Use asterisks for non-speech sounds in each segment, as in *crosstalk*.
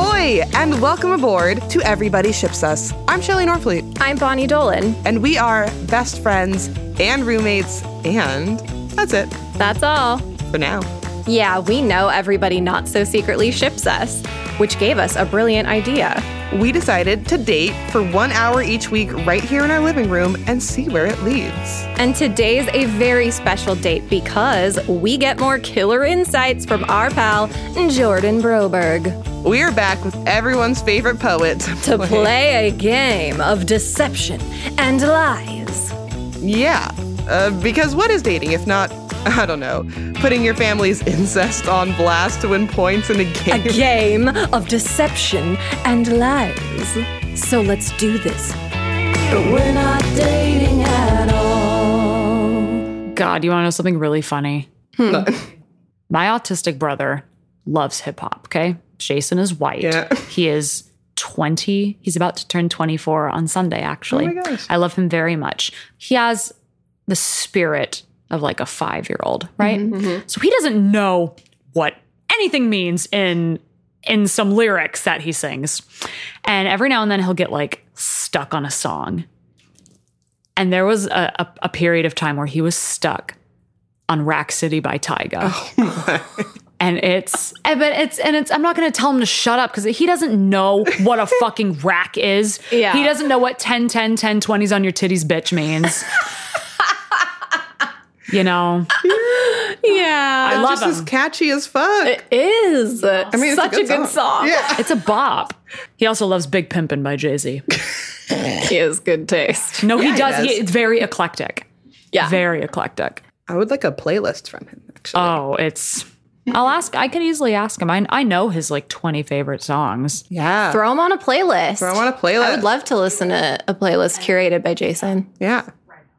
and welcome aboard to Everybody Ships Us. I'm Shelley Norfleet, I'm Bonnie Dolan. and we are best friends and roommates, and that's it That's all. for now. Yeah, we know everybody not so secretly ships us, which gave us a brilliant idea. We decided to date for one hour each week right here in our living room and see where it leads. And today's a very special date because we get more killer insights from our pal, Jordan Broberg, We are back with everyone's favorite poet to *laughs* play a game of deception and lies. Yeah, uh, because what is dating if not, *laughs* I don't know, putting your family's *laughs* incest on blast to win points in a A game? game of deception and lies. So let's do this. We're not dating at all. God, you want to know something really funny? Hmm. My autistic brother loves hip hop. Okay. Jason is white. Yeah. *laughs* He is 20. He's about to turn 24 on Sunday, actually. Oh my gosh. I love him very much. He has the spirit of like a five year old, right? Mm-hmm. So he doesn't know what anything means in in some lyrics that he sings. And every now and then he'll get like stuck on a song. And there was a, a, a period of time where he was stuck on Rack City by Tyga. Oh And it's, and- but it's, and it's, I'm not going to tell him to shut up because he doesn't know what a fucking rack is. Yeah. He doesn't know what 10, 10, 10, 20s on your titties, bitch means. you know, Yeah. I love Just as him. catchy as fuck. is. I mean, it's such a good, song. Yeah. It's a bop. He also loves Big Pimpin' by Jay Z. He has good taste. No, he he does. He does. it's very eclectic. Yeah. Very eclectic. I would like a playlist from him, Uh, actually. Oh, it's. I'll ask. I can easily ask him. I, I know his like 20 favorite songs. yeah. Throw him on a playlist. I want a playlist. I would love to listen to a playlist curated by Jason. Yeah.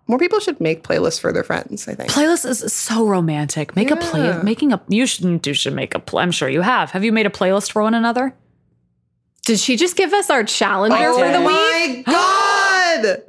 More people should make playlists for their friends, I think. Playlist is so romantic. Make a play. Making a. You should. You should make a. Pl- I'm sure you have. Have you made a playlist for one another? Did she just give us our challenger Oh, for the week? my *gasps* God.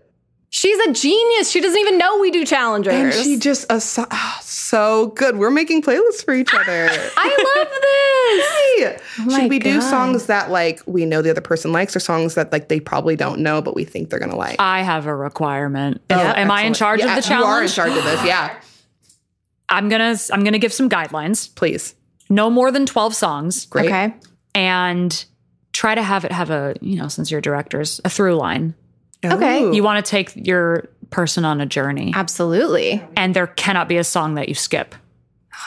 She's a genius. She doesn't even know we do challengers. And she just, assi- oh, *sighs* so good. We're making playlists for each other. *laughs* I love this. Hey, my should we do God. songs that like we know the other person likes or songs that like they probably don't know but we think they're gonna like? I have a requirement. Am- Am I Excellent. in Uh, charge Yeah, of the challenge? You are in charge of this, yeah. I'm gonna. I'm gonna give some guidelines. Please. No more than 12 songs. Great. Okay. And try to have it have a. You know, since you're directors, a through line. Okay. Ooh. You want to take your person on a journey, Absolutely. and there cannot be a song that you skip.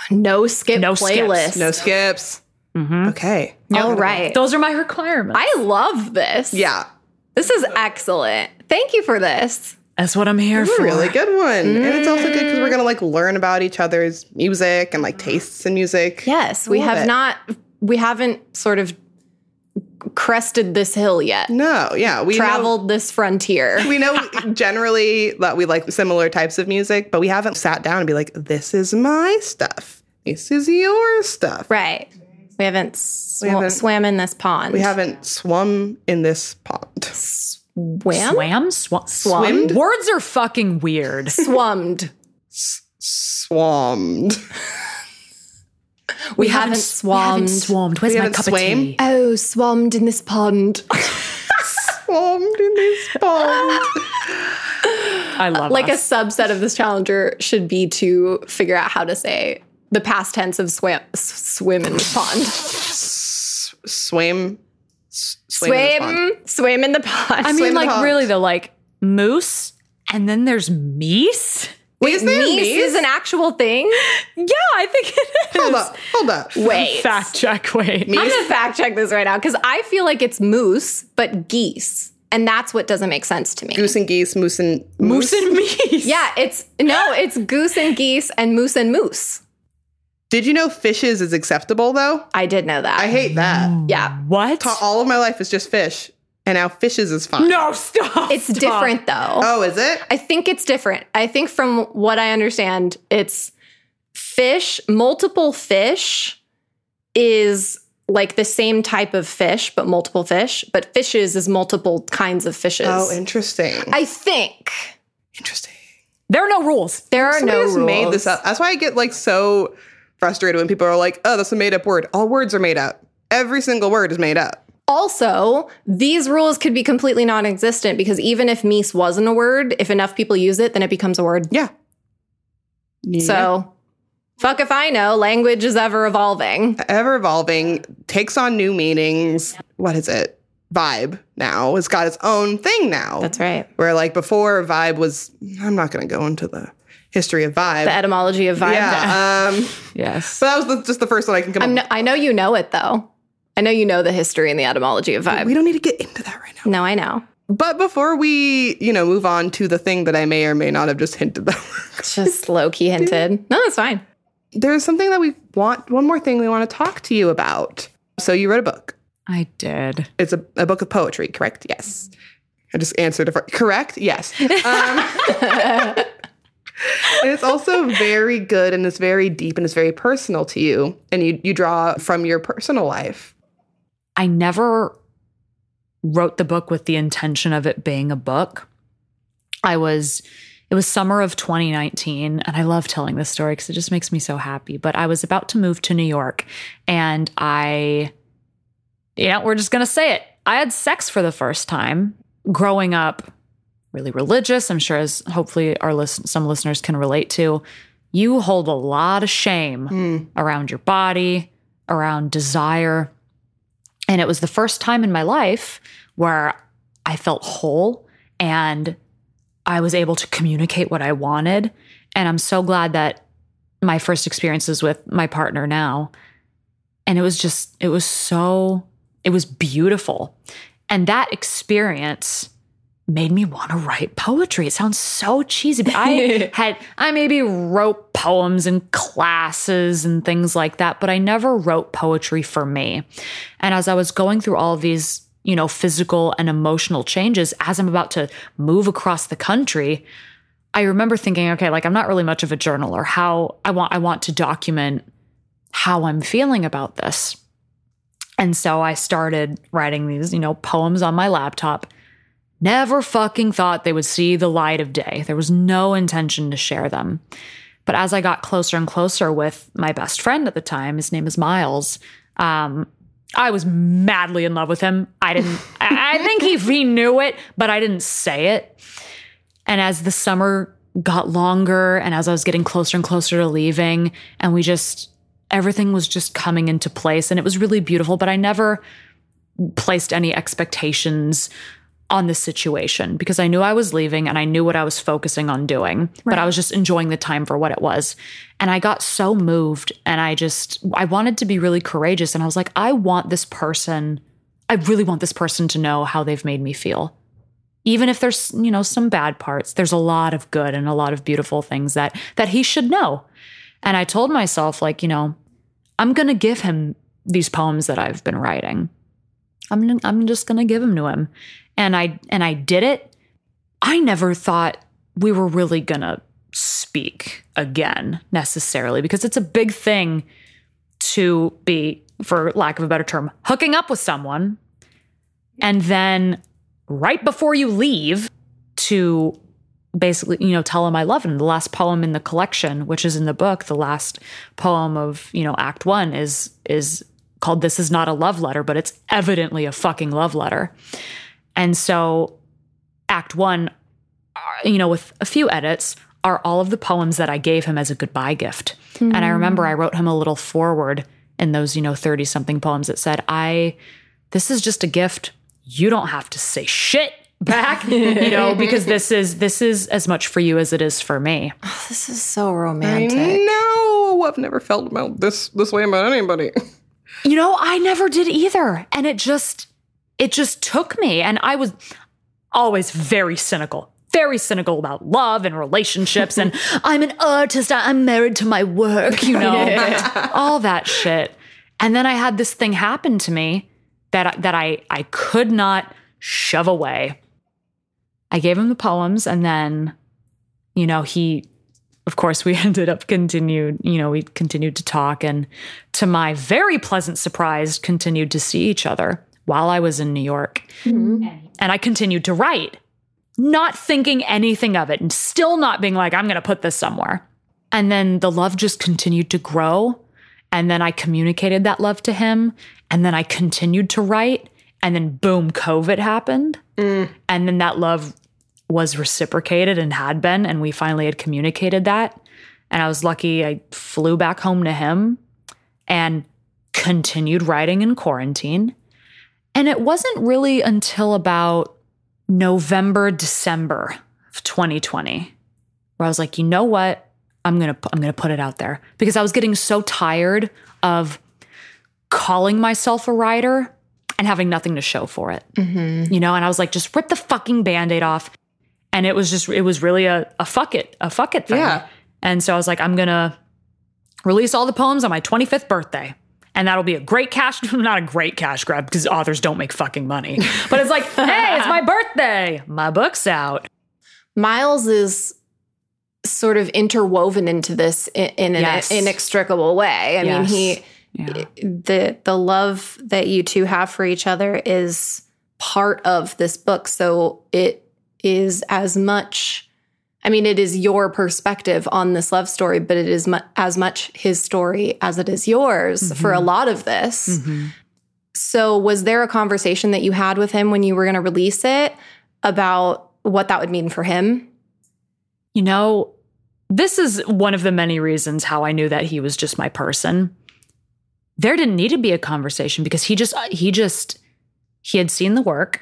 No skip No skips. playlist. no skips. Mm-hmm. Okay. All right. Those are my requirements. I love this. Yeah. This is excellent. Thank you for this. That's what I'm here for. Really good one. And it's also good because Mm. we're gonna like learn about each other's music and like tastes in music. Yes, we Love have it. not we haven't sort of crested this hill yet. No, yeah. We know- Traveled this frontier. we know *laughs* generally that we like similar types of music, but we haven't sat down and be like, this is my stuff. This is your stuff. Right. We haven't, sw- haven't- swam in this pond. We haven't swum in this pond. swam? Swam? Swa- Swummed? Words are fucking weird. swummed. Swammed. We, haven't, haven't swammed. swammed. Where's We my haven't cup swam. of tea? oh, swammed in this pond. Swammed in this pond. I *laughs* love like a us. subset of this challenger should be to figure out how to say the past tense of swam s- swim in this pond. S- swim. S- swim. in this pond. Swim, swim in the pond. I swim mean, in the like pond. really though, like moose, and then there's meese. Wait, is there Meese is meese? an actual thing. Yeah, I think it is. Hold up. Hold up. Wait. Fact check. Wait. I'm gonna fact check this right now because I feel like it's moose, but geese. And that's what doesn't make sense to me. Goose and geese, moose and moose. Moose and meese. Yeah, it's no, it's goose and geese and moose and moose. Did you know fishes is acceptable though? I did know that. I hate that. yeah. What? All of my life is just fish, and now fishes is fine. no, stop. It's stop. different though. Oh, is it? I think it's different. I think from what I understand, it's fish, multiple fish is like the same type of fish, but multiple fish, but fishes is multiple kinds of fishes. Oh, interesting. I think interesting. There are no rules. there are Somebody no just rules. made this up. That's why I get like so frustrated when people are like, "Oh, that's a made up word." All words are made up. Every single word is made up. Also, these rules could be completely non existent because even if Mies wasn't a word, if enough people use it, then it becomes a word. Yeah. So, fuck if I know, language is ever evolving. ever evolving, takes on new meanings. What is it? Vibe now. It's got its own thing now. That's right. Where like before vibe was I'm not gonna go into the history of vibe. The etymology of vibe. yeah. *laughs* Um Yes. so that was the, just the first one I can come I'm up no, I know you know it though. I know you know the history and the etymology of We vibe. don't need to get into that right now. No, I know. But before we, you know, move on to the thing that I may or may not have just hinted that *laughs* It's *laughs* Just low key hinted. No, that's fine. there's something that we want one more thing we want to talk to you about. So you wrote a book. I did. It's a, a book of poetry, correct? Yes. I just answered a fir- correct? Yes. Um, *laughs* and it's also very good and it's very deep and it's very personal to you. And you, you draw from your personal life. I never wrote the book with the intention of it being a book. I was, it was summer of 2019, and I love telling this story because it just makes me so happy. But I was about to move to New York, and I, you know, we're just going to say it. I had sex for the first time growing up, really religious. I'm sure as hopefully our list, some listeners can relate to. You hold a lot of shame around your body, around desire. And it was the first time in my life where I felt whole and I was able to communicate what I wanted. And I'm so glad that my first experiences with my partner now, and it was just, it was so, it was beautiful. And that experience made me want to write poetry. It sounds so cheesy, but I had, I maybe wrote poems in classes and things like that, but I never wrote poetry for me. And as I was going through all of these, you know, physical and emotional changes, as I'm about to move across the country, I remember thinking, okay, like I'm not really much of a journaler. How I want I want to document how I'm feeling about this. And so I started writing these, you know, poems on my laptop. Never fucking thought they would see the light of day. There was no intention to share them. But as I got closer and closer with my best friend at the time, his name is Miles, um, I was madly in love with him. I didn't, I, I think he, he knew it, but I didn't say it. And as the summer got longer and as I was getting closer and closer to leaving, and we just, everything was just coming into place and it was really beautiful, but I never placed any expectations on the situation because I knew I was leaving and I knew what I was focusing on doing, but I was just enjoying the time for what it was. And I got so moved and I just, I wanted to be really courageous. And I was like, I want this person, I really want this person to know how they've made me feel even if there's you know some bad parts there's a lot of good and a lot of beautiful things that that he should know and i told myself like you know i'm going to give him these poems that i've been writing i'm gonna- i'm just going to give them to him and i and i did it i never thought we were really going to speak again necessarily because it's a big thing to be for lack of a better term hooking up with someone and then right before you leave to basically, you know, tell him I love him. The last poem in the collection, which is in the book, the last poem of, you know, act 1 is is called This is not a love letter, but it's evidently a fucking love letter. And so act 1 are- you know, with a few edits, are all of the poems that I gave him as a goodbye gift. And I remember I wrote him a little forward in those, you know, 30 something poems that said, I, this is just a gift. You don't have to say shit back, *laughs* you know, because this is, this is as much for you as it is for me. This is so I romantic. know I've never felt about this this way about anybody. You know, I never did either. And it just, it just took me. And I was always very cynical, very cynical about love and relationships. and I'm an artist. I- I'm married to my work, you know, all that shit. And then I had this thing happen to me that, I- that I, I could not shove away. I gave him the poems and then, you know, he of course we *laughs* ended up continued you know we continued to talk and to my very pleasant surprise continued to see each other while i was in new york and i continued to write not thinking anything of it and still not being like i'm going to put this somewhere and then the love just continued to grow and then i communicated that love to him and then i continued to write And then boom, COVID happened. And then that love was reciprocated and had been. And we finally had communicated that. And I was lucky I flew back home to him and continued writing in quarantine. And it wasn't really until about November, December of 2020 where I was like, you know what? I'm gonna pu- I'm gonna put it out there because I was getting so tired of calling myself a writer and having nothing to show for it. Mm-hmm. You know, and I was like, just rip the fucking band-aid off. And it was just it was really a, a fuck it, a fuck it thing. Yeah. And so I was like, I'm gonna release all the poems on my 25th birthday. And that'll be a great cash, *laughs* not a great cash grab because authors don't make fucking money. But it's like, *laughs* hey, it's my birthday. My book's out. Miles is sort of interwoven into this in, in an Yes. inextricable way. I Yes. mean, he Yeah. the the love that you two have for each other is part of this book, so it is as much. I mean, it is your perspective on this love story, but it is mu- as much his story as it is yours for a lot of this. Mm. Mm-hmm. So, was there a conversation that you had with him when you were going to release it about what that would mean for him? You know, this is one of the many reasons how I knew that he was just my person. There didn't need to be a conversation because he just he just he had seen the work.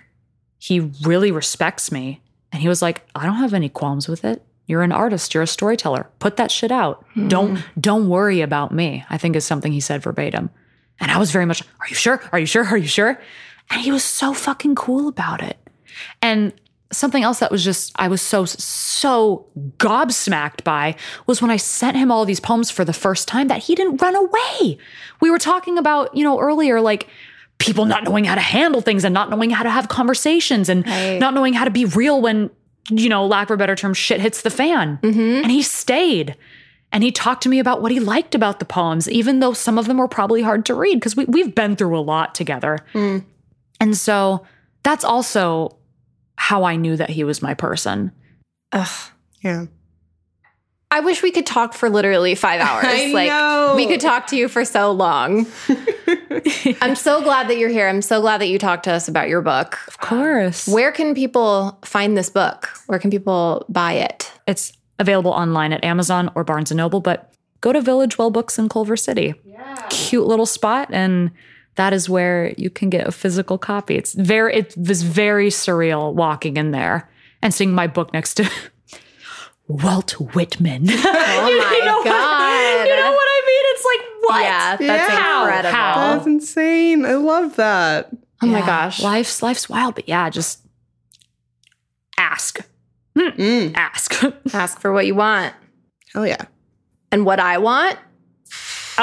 He really respects me and he was like, "I don't have any qualms with it. You're an artist, you're a storyteller. Put that shit out. Don't don't worry about me." I think is something he said verbatim. And I was very much, "Are you sure? Are you sure? Are you sure?" And he was so fucking cool about it. And something else that was just, I was so, so gobsmacked by was when I sent him all these poems for the first time that he didn't run away. We were talking about, you know, earlier, like, people not knowing how to handle things and not knowing how to have conversations and Right. not knowing how to be real when, you know, lack of a better term, shit hits the fan. Mm-hmm. And he stayed. And he talked to me about what he liked about the poems, even though some of them were probably hard to read because we, we've been through a lot together. And so that's also how I knew that he was my person. Yeah. I wish we could talk for literally five hours. *laughs* I like know. we could talk to you for *laughs* so long. I'm so glad that you're here. I'm so glad that you talked to us about your book. Of course. Where can people find this book? Where can people buy it? It's available online at Amazon or Barnes and Noble, but go to Village Well Books in Culver City. Yeah. Cute little spot and that is where you can get a physical copy. It's very it was very surreal walking in there and seeing my book next to *laughs* Walt Whitman. *laughs* my Oh God. you know what I mean? It's like what? Yeah, that's Yeah. How? incredible. How? That's insane. I love that. Oh my Yeah. gosh. Life's life's wild, but yeah, just ask. Mm. Ask. *laughs* Ask for what you want. Hell yeah. And what I want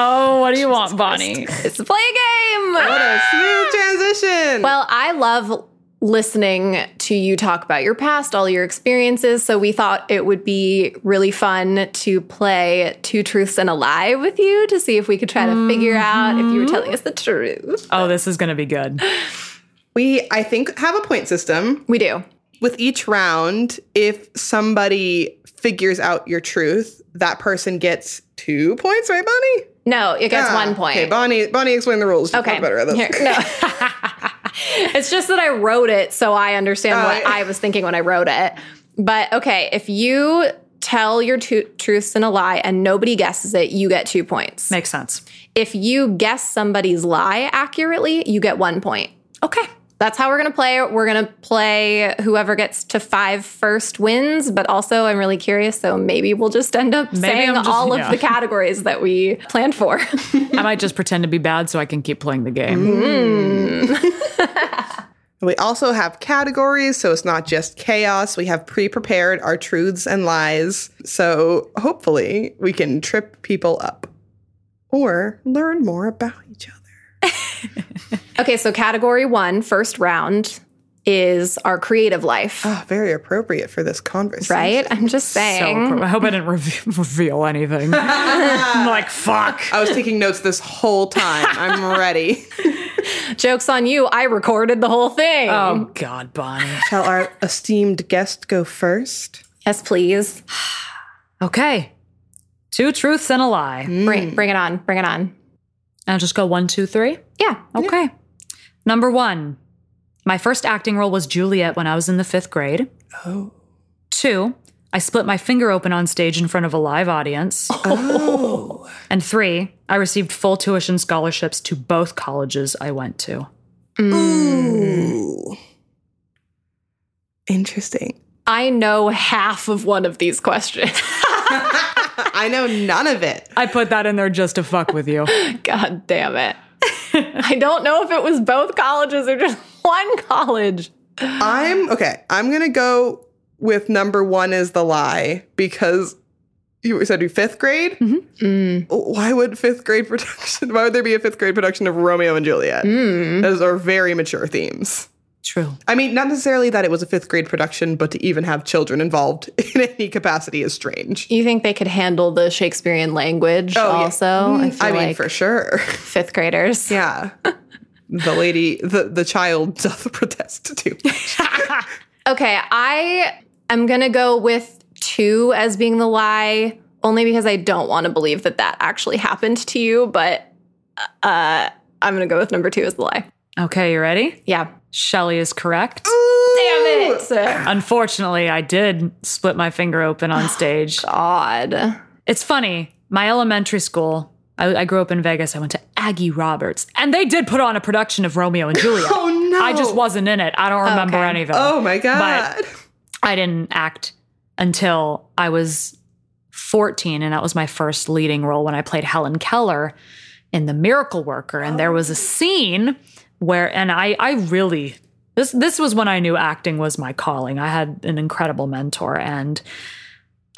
oh, what do you want, Bonnie? is to play a game. What a smooth transition. Well, I love listening to you talk about your past, all your experiences. So we thought it would be really fun to play Two Truths and a Lie with you to see if we could try to figure out if you were telling us the truth. Oh, this is gonna be good. we, I think, have a point system. We do. with each round, if somebody figures out your truth, that person gets two points, right, Bonnie? No, it gets Yeah. one point. Okay, Bonnie, Bonnie, explain the rules. You Okay. talk better at this. Here- no. *laughs* it's just that I wrote it, so I understand Oh, what I- I was thinking when I wrote it. But okay, if you tell your two truths and a lie and nobody guesses it, you get two points. Makes sense. If you guess somebody's lie accurately, you get one point. Okay. That's how we're gonna play. We're gonna play whoever gets to five first wins, but also I'm really curious, so maybe we'll just end up saying I'm just- all of yeah. the categories that we planned *laughs* for. I might just pretend to be bad so I can keep playing the game. *laughs* We also have categories, so it's not just chaos. We have pre-prepared our truths and lies, so hopefully we can trip people up or learn more about each other. okay, so category one, first round, is our creative life, Oh, very appropriate for this conversation. right? I'm just So saying. appro- I hope I didn't re- reveal *laughs* anything. I'm like, fuck. *laughs* I was taking notes this whole time. *laughs* I'm ready. Joke's on you. I recorded the whole thing. Oh God, Bonnie. Shall our esteemed guest go first? Yes, please. Okay. Two truths and a lie. Bring, bring it on. Bring it on. I'll just go one, two, three. Yeah. Okay. Number one, My first acting role was Juliet when I was in the fifth grade. Oh. Two, I split my finger open on stage in front of a live audience. Oh. And three, I received full tuition scholarships to both colleges I went to. Ooh. Interesting. I know half of one of these questions. I know none of it. I put that in there just to fuck *laughs* with you. God damn it. I don't know if it was both colleges or just *laughs* one college. I'm okay. I'm gonna go with number one is the lie because you said you fifth grade. Mm-hmm. Why would fifth grade production? Why would there be a fifth grade production of Romeo and Juliet? Mm. Those are very mature themes. True. I mean, not necessarily that it was a fifth grade production, but to even have children involved *laughs* in any capacity is strange. You think they could handle the Shakespearean language Oh, yeah. also? Mm-hmm. I feel I mean, like for *laughs* sure. fifth graders. yeah. The lady, the, the child doth *laughs* protest *laughs* too. Okay, I am going to go with two as being the lie, only because I don't want to believe that that actually happened to you, but uh, I'm going to go with number two as the lie. Okay, you ready? Yeah. Shelley is correct. Damn it. Unfortunately, I did split my finger *gasps* open on stage. God. It's funny. My elementary school, I, I grew up in Vegas. I went to Aggie Roberts, and they did put on a production of *gasps* Romeo and Juliet. Oh no! I just wasn't in it. I don't remember Okay. any of it. Oh my god! I didn't act until I was 14, and that was my first leading role when I played Helen Keller in The Miracle Worker. And there was a scene where, and I, I really, this, this was when I knew acting was my calling. I had an incredible mentor, and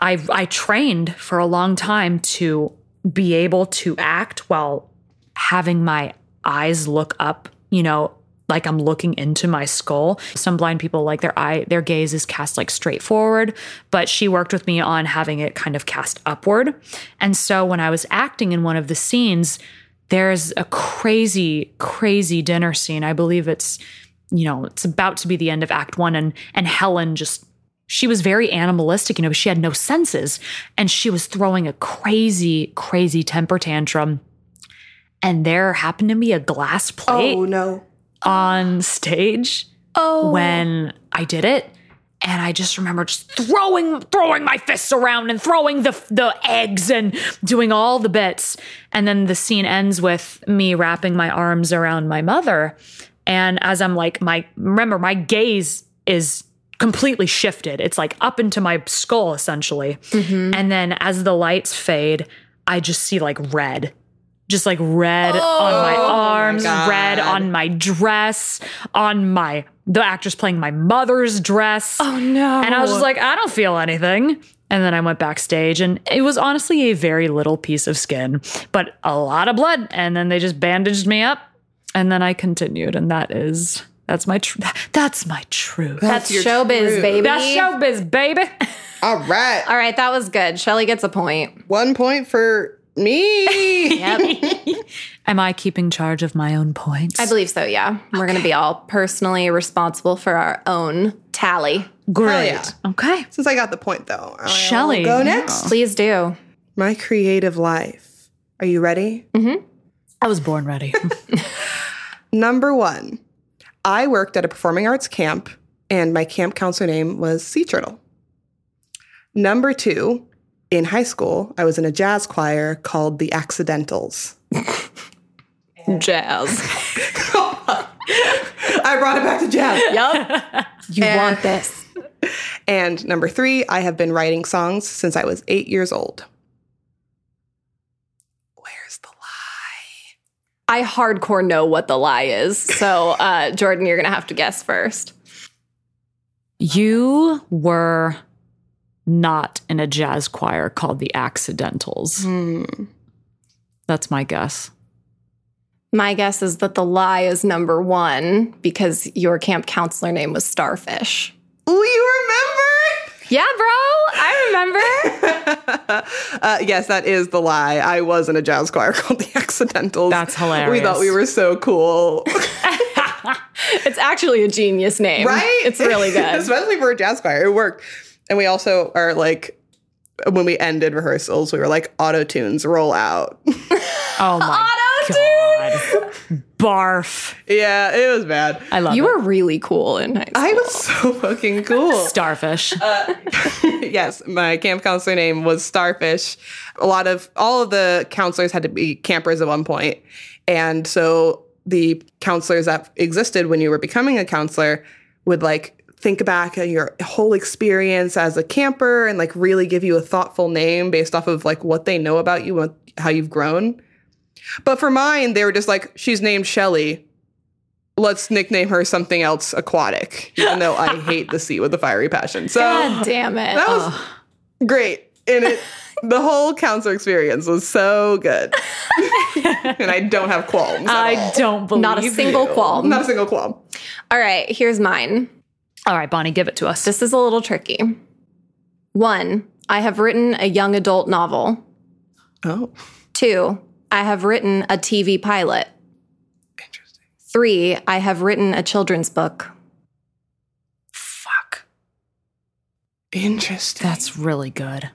I, I trained for a long time to be able to act while having my eyes look up, you know, like I'm looking into my skull. Some blind people like their eye their gaze is cast like straight forward, but she worked with me on having it kind of cast upward. And so when I was acting in one of the scenes, there's a crazy crazy dinner scene. I believe it's you know, it's about to be the end of act 1 and and Helen just she was very animalistic, you know, she had no senses and she was throwing a crazy crazy temper tantrum and there happened to be a glass plate Oh no! on stage Oh. when I did it. And I just remember just throwing throwing my fists around and throwing the the eggs and doing all the bits. And then the scene ends with me wrapping my arms around my mother. And as I'm like my remember my gaze is completely shifted. It's like up into my skull essentially. Mm-hmm. And then as the lights fade, I just see like red. Just like red on my Oh my arms, God. red on my dress, on my the actress playing my mother's dress. Oh, no. And I was just like, I don't feel anything. And then I went backstage and it was honestly a very little piece of skin, but a lot of blood. And then they just bandaged me up and then I continued and that is that's my tr- that's my truth. that's, your showbiz, truth. baby. That's showbiz, baby. All right, All right, that was good. Shelly gets a point. one point for me. Yep. Am I keeping charge of my own points? I believe so, yeah. We're going to be all personally responsible for our own tally. Hell Great. yeah. Okay. *laughs* Since I got the point though, I will Shelley. go next. Please do. My creative life. Are you ready? I was born ready. *laughs* Number one, I worked at a performing arts camp, and my camp counselor name was Sea Turtle. Number two, in high school, I was in a jazz choir called the Accidentals. *laughs* Jazz. Oh I brought it back to jazz. *laughs* Yup. You want this. And number three, I have been writing songs since I was eight years old. Where's the lie? I hardcore know what the lie is. So, uh, Jordan, you're going to have to guess first. You were not in a jazz choir called the Accidentals. Hmm. That's my guess. My guess is that the lie is number one because your camp counselor name was Starfish. Ooh, you Yeah, bro. I *laughs* remember. remember? *laughs* uh, yes, that is the lie. I was in a jazz choir *laughs* called the Accidentals. That's We thought we hilarious. were so *laughs* cool, it's actually a genius name. right? *laughs* It's really good. especially for a jazz choir. It worked. And we also are like, when we ended rehearsals, we were like, auto tunes roll out. Oh my Auto god. Barf. *laughs* Yeah, it was bad. I love You it. were really cool in high school. I was so fucking cool. starfish. Uh, *laughs* yes, my camp counselor name was Starfish. A lot of all of the counselors had to be campers at one point. And so the counselors that existed when you were becoming a counselor would like think back on your whole experience as a camper and like really give you a thoughtful name based off of like what they know about you and how you've grown. But for mine, they were just like, she's named Shelly. Let's nickname her something else aquatic, even though I hate the sea with a fiery passion. So God damn it. that was great. And *laughs* it the whole counselor experience was so good. and I don't have qualms. at I all. don't believe Not a single you. qualm. Not a single qualm. All right, here's mine. All right, Bonnie, give it to us. This is a little tricky. One, I have written a young adult novel. Oh, Two, I have written a TV pilot. interesting. Three, I have written a children's book. Fuck. Interesting. That's really good.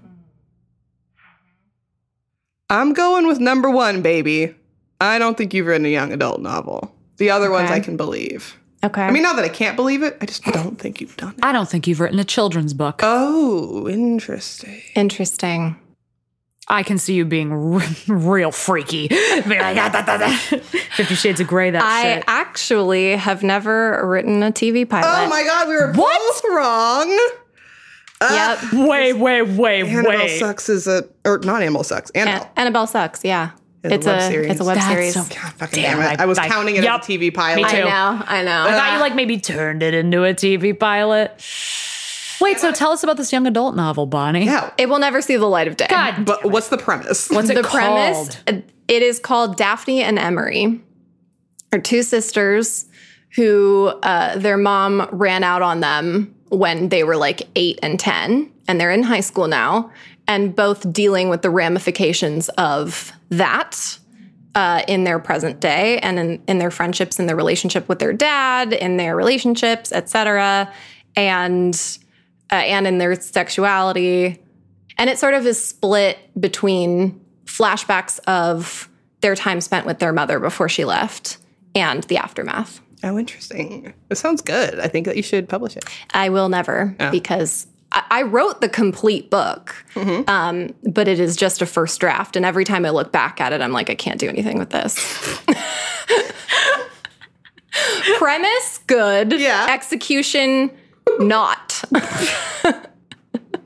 I'm going with number one, baby. I don't think you've written a young adult novel. The other ones Okay. I can believe. Okay. I mean, not that I can't believe it, I just don't think you've done it. I don't think you've written a children's book. Oh, interesting. interesting. I can see you being r- *laughs* real freaky. Be like, "Ah, da, da, da." Fifty Shades of Grey, that I shit. actually have never written a TV pilot. Oh my god, we were both wrong. Oh Yep. Way, way, way, Annabelle way. Sucks is a or not Annabelle Sucks. Annabelle. An- Annabelle sucks. Yeah. It's a It's, web a series. it's a web That's series. so- God fucking Damn, damn, it. I- I, was I- counting it yup, as a TV pilot. me I too. know. I know. I thought you like maybe turned it into a TV pilot. Wait, so tell us about this young adult novel, Bonnie. Yeah. it will never see the light of day. God, But what's the premise? what's it the called? premise Uh, it is called daphne and emery are two sisters who uh, their mom ran out on them when they were like eight and ten and they're in high school now and both dealing with the ramifications of that uh, in their present day and in, in their friendships in their relationship with their dad in their relationships etc and uh, and in their sexuality and it sort of is split between flashbacks of their time spent with their mother before she left and the aftermath. *laughs* Oh, interesting. It sounds good. I think that you should publish it. I will never because I, I wrote the complete book, um, but it is just a first draft. And every time I look back at it, I'm like, I can't do anything with this. Premise, good. Yeah. Execution, not. And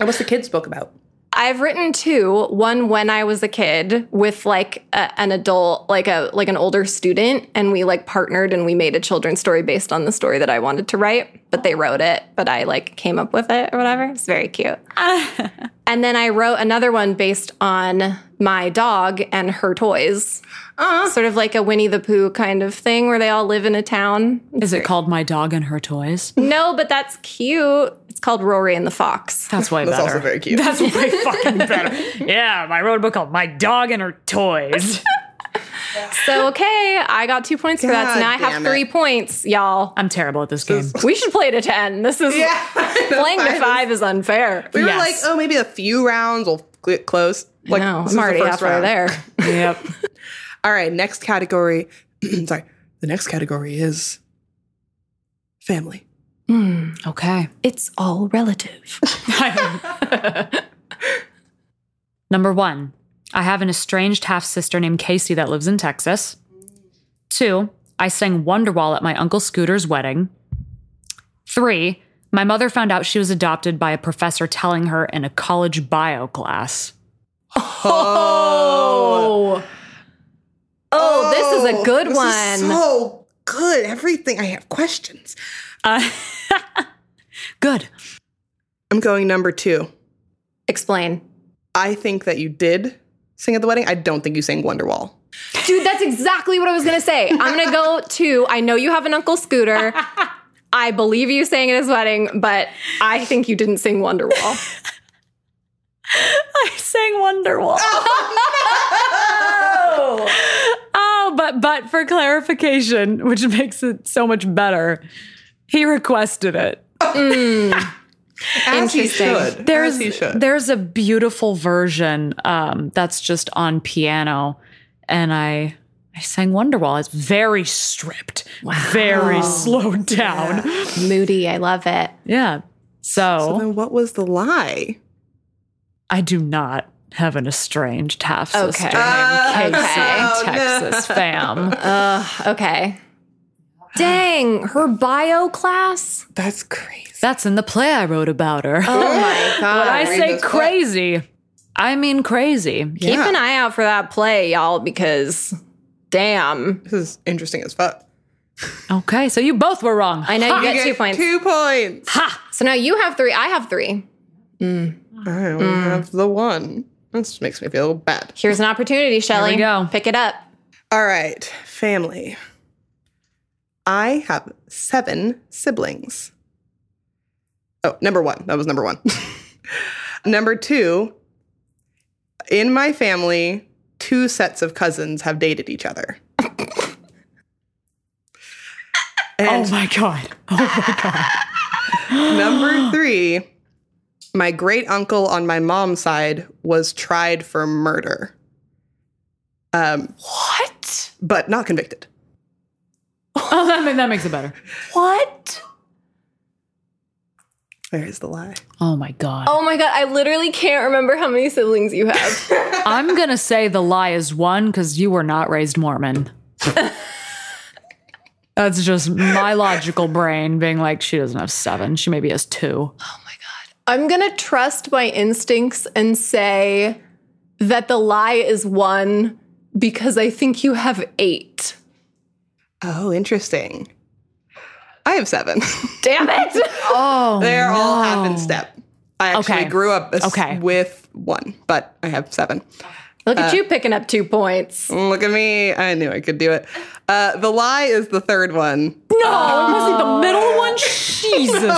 what's the kid's book about? I've written two. One when I was a kid with like a, an adult, like a like an older student, and we like partnered and we made a children's story based on the story that I wanted to write. But they wrote it, but I like came up with it or whatever. It's very cute. *laughs* and then I wrote another one based on my dog and her toys, Uh-huh. sort of like a Winnie the Pooh kind of thing where they all live in a town. Is it called My Dog and Her Toys? No, but that's cute. It's called Rory and the Fox. That's way That's better. *laughs* also *laughs* very *laughs* cute. That's way fucking better. Yeah, I wrote a book called My Dog and Her Toys. So okay, I got two points for that. So God now I have damn three it. points, y'all. I'm terrible at this game. We should play to ten. This is yeah. *laughs* playing to five is unfair. We were Yes. like, oh, maybe a few rounds will get close. Like, no, this is I'm the already first halfway round. *laughs* there. yep. All right, next category. *clears throat* Sorry. The next category is family. Okay. It's all relative. Number one, I have an estranged half sister named Casey that lives in Texas. Two, I sang Wonderwall at my Uncle Scooter's wedding. Three, my mother found out she was adopted by a professor telling her in a college bio class. Oh, oh, this is a good this one. Is so good. Everything. I have questions. Uh, good. *laughs* I'm going number two. Explain, I think that you did sing at the wedding. I don't think you sang Wonderwall. dude. That's exactly what I was gonna say. I'm *laughs* gonna go to. I know you have an uncle Scooter. I believe you sang at his wedding, but I think you didn't sing Wonderwall. *laughs* I sang Wonderwall. oh, but but for clarification, which makes it so much better, he requested it. *laughs* As he Interesting. should. There's As he should. there's a beautiful version um, that's just on piano, and I I I sang Wonderwall. It's very stripped, very slowed down. Yeah. Moody. I love it. So So then what was the lie? I do not have an estranged half sister Okay. named Oh, Casey, Uh, okay. Texas fam. Ugh, okay. Dang, her bio class. That's crazy. That's in the play I wrote about her. Oh my god. When *laughs* I say crazy, I mean crazy. Keep an eye out for that play, y'all, because damn. This is interesting as fuck. Okay, so you both were wrong. I know you get, You two get points. Two points. So now you have three. I have three. I only have the one. This makes me feel bad. Here's an opportunity, Shelly. go. Pick it up. All right, family. I have seven siblings. Oh, number one. That was number one. *laughs* number two, in my family, two sets of cousins have dated each other. *laughs* and oh my god. number three, my great uncle on my mom's side was tried for murder, um, What? but not convicted. *laughs* Oh, that, ma- that makes it better. What? Where is the lie? Oh my god. Oh my god, I literally can't remember how many siblings you have. *laughs* I'm gonna say the lie is one because you were not *laughs* raised Mormon. That's just my logical brain being like, she doesn't have seven. She maybe has two. *laughs* I'm gonna trust my instincts and say that the lie is one because I think you have eight. Oh, interesting. I have seven. *laughs* Damn it! *laughs* Oh, They're all half in step. I actually Okay. grew up as- Okay. with one, but I have seven. *laughs* Look at you picking up two points. Look at me. I knew I could do it. Uh, the lie is the third one. no! Oh, Was it the middle Uh, one? Jesus.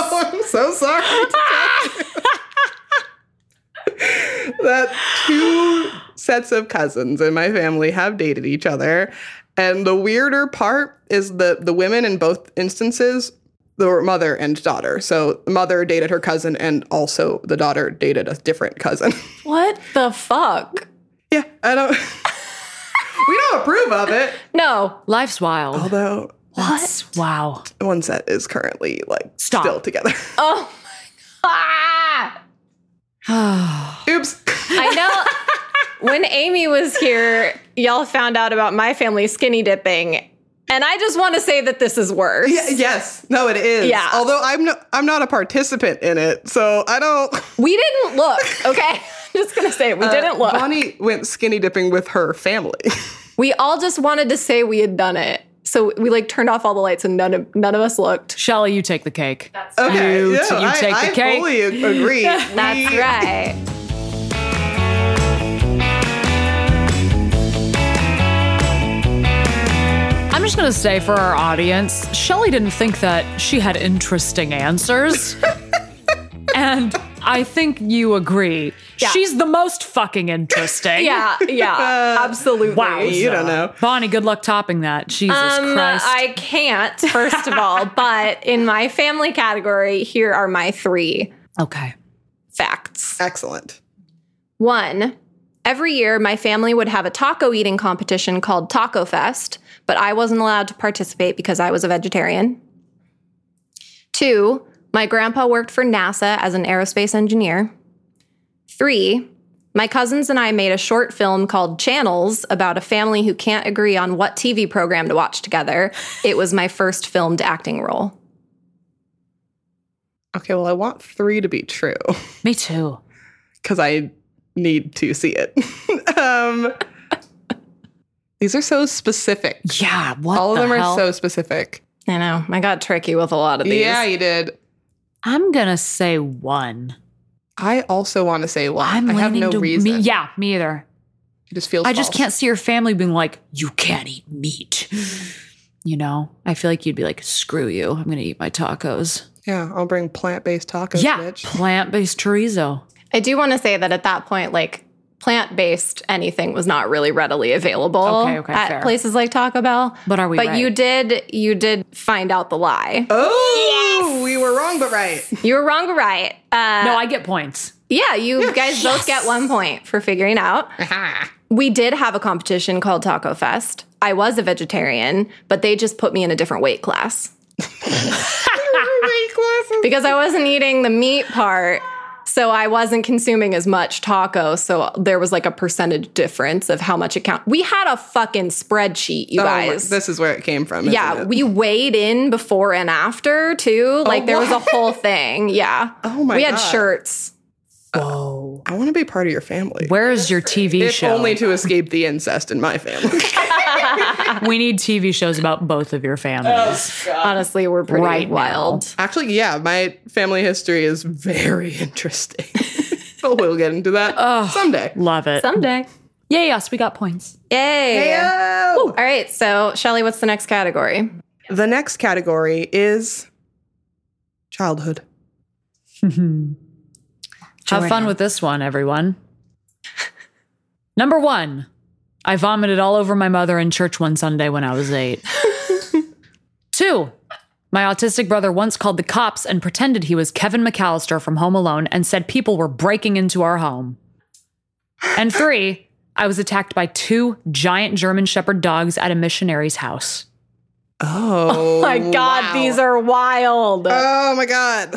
*laughs* Oh, I'm so sorry. to tell you. that two sets of cousins in my family have dated each other. And the weirder part is the the women in both instances they were mother and daughter. So the mother dated her cousin and also the daughter dated a different cousin. *laughs* What the fuck? yeah, I don't *laughs* We don't approve of it. No. Life's wild. Although What? Wow. one set is currently like Stop. still together. *laughs* Oh my ah! Oops. I know when Amy was here, y'all found out about my family skinny dipping. And I just want to say that this is worse. Yeah, yes. No, it is. Yeah. Although I'm no, I'm not a participant in it, so I don't. We didn't look, okay? *laughs* I'm just going to say it. We didn't look. *laughs* Bonnie went skinny dipping with her family. We all just wanted to say we had done it. So we like turned off all the lights and none of none of us looked. Shelly, you take the cake. okay. You- *laughs* yeah, you I, take I the cake. fully ag- *laughs* agree. That's We- right. I'm just gonna say for our audience, Shelly didn't think that she had *laughs* interesting answers. and I think you agree. Yeah. She's the most *laughs* fucking interesting. Yeah, yeah. absolutely. Wow. You don't know. Bonnie, good luck topping that. Jesus Um, Christ. I can't, first of all, but in my family category, here are my three okay. facts. Excellent. One, every year my family would have a taco eating competition called Taco Fest, but I wasn't allowed to participate because I was a vegetarian. Two, my grandpa worked for NASA as an aerospace engineer. Three, my cousins and I made a short film called Channels about a family who can't agree on what TV program to watch together. It was my first filmed acting role. Okay. Well, I want three to be true *laughs* Me too. because I need to see it. *laughs* um, these are so specific. Yeah. What All of the them hell? are so specific. I know, I got tricky with a lot of these. Yeah, you did. I'm gonna say one. I also want to say why. I'm I have leaning no to reason. Me, yeah, me either. It just feels. I just false. can't see your family being like, you can't eat meat. You know, I feel like you'd be like, screw you. I'm going to eat my tacos. Yeah, I'll bring plant based tacos. yeah. bitch. Plant based chorizo. I do want to say that at that point, like plant based anything was not really readily available Okay, okay, at fair. places like Taco Bell. But are we But right? you did you did find out the lie. Oh, we were wrong, but *laughs* right. You were wrong, but right? Uh, no, I get points. yeah, you guys both get one point for figuring out. We did have a competition called Taco Fest. I was a vegetarian, but they just put me in a different weight class because I wasn't eating the meat part. So I wasn't consuming as much taco. So there was like a percentage difference of how much it count. We had a fucking spreadsheet, you Oh, guys. this is where it came from. isn't yeah, it? Oh, we weighed in before and after too. Like there was a what? whole thing. Yeah. Oh my We had God. shirts. Whoa. I want to be part of your family. Where's your TV if show? only to escape the incest in my family. *laughs* we need TV shows about both of your families. Honestly, we're pretty Right now. wild. Actually, yeah, my family history is very *laughs* interesting. but we'll get into that someday. Love it. Someday. Yay, us. We got points. Yay. uh, Heyo! All right. So, Shelly, what's the next category? The next category is childhood. Mm-hmm. Have fun with this one, everyone. *laughs* Number one, I vomited all over my mother in church one Sunday when I was eight. *laughs* Two, my autistic brother once called the cops and pretended he was Kevin McAllister from Home Alone and said people were breaking into our home. And three, I was attacked by two giant German Shepherd dogs at a missionary's house. Oh, My God, wow. these are wild. Oh my god.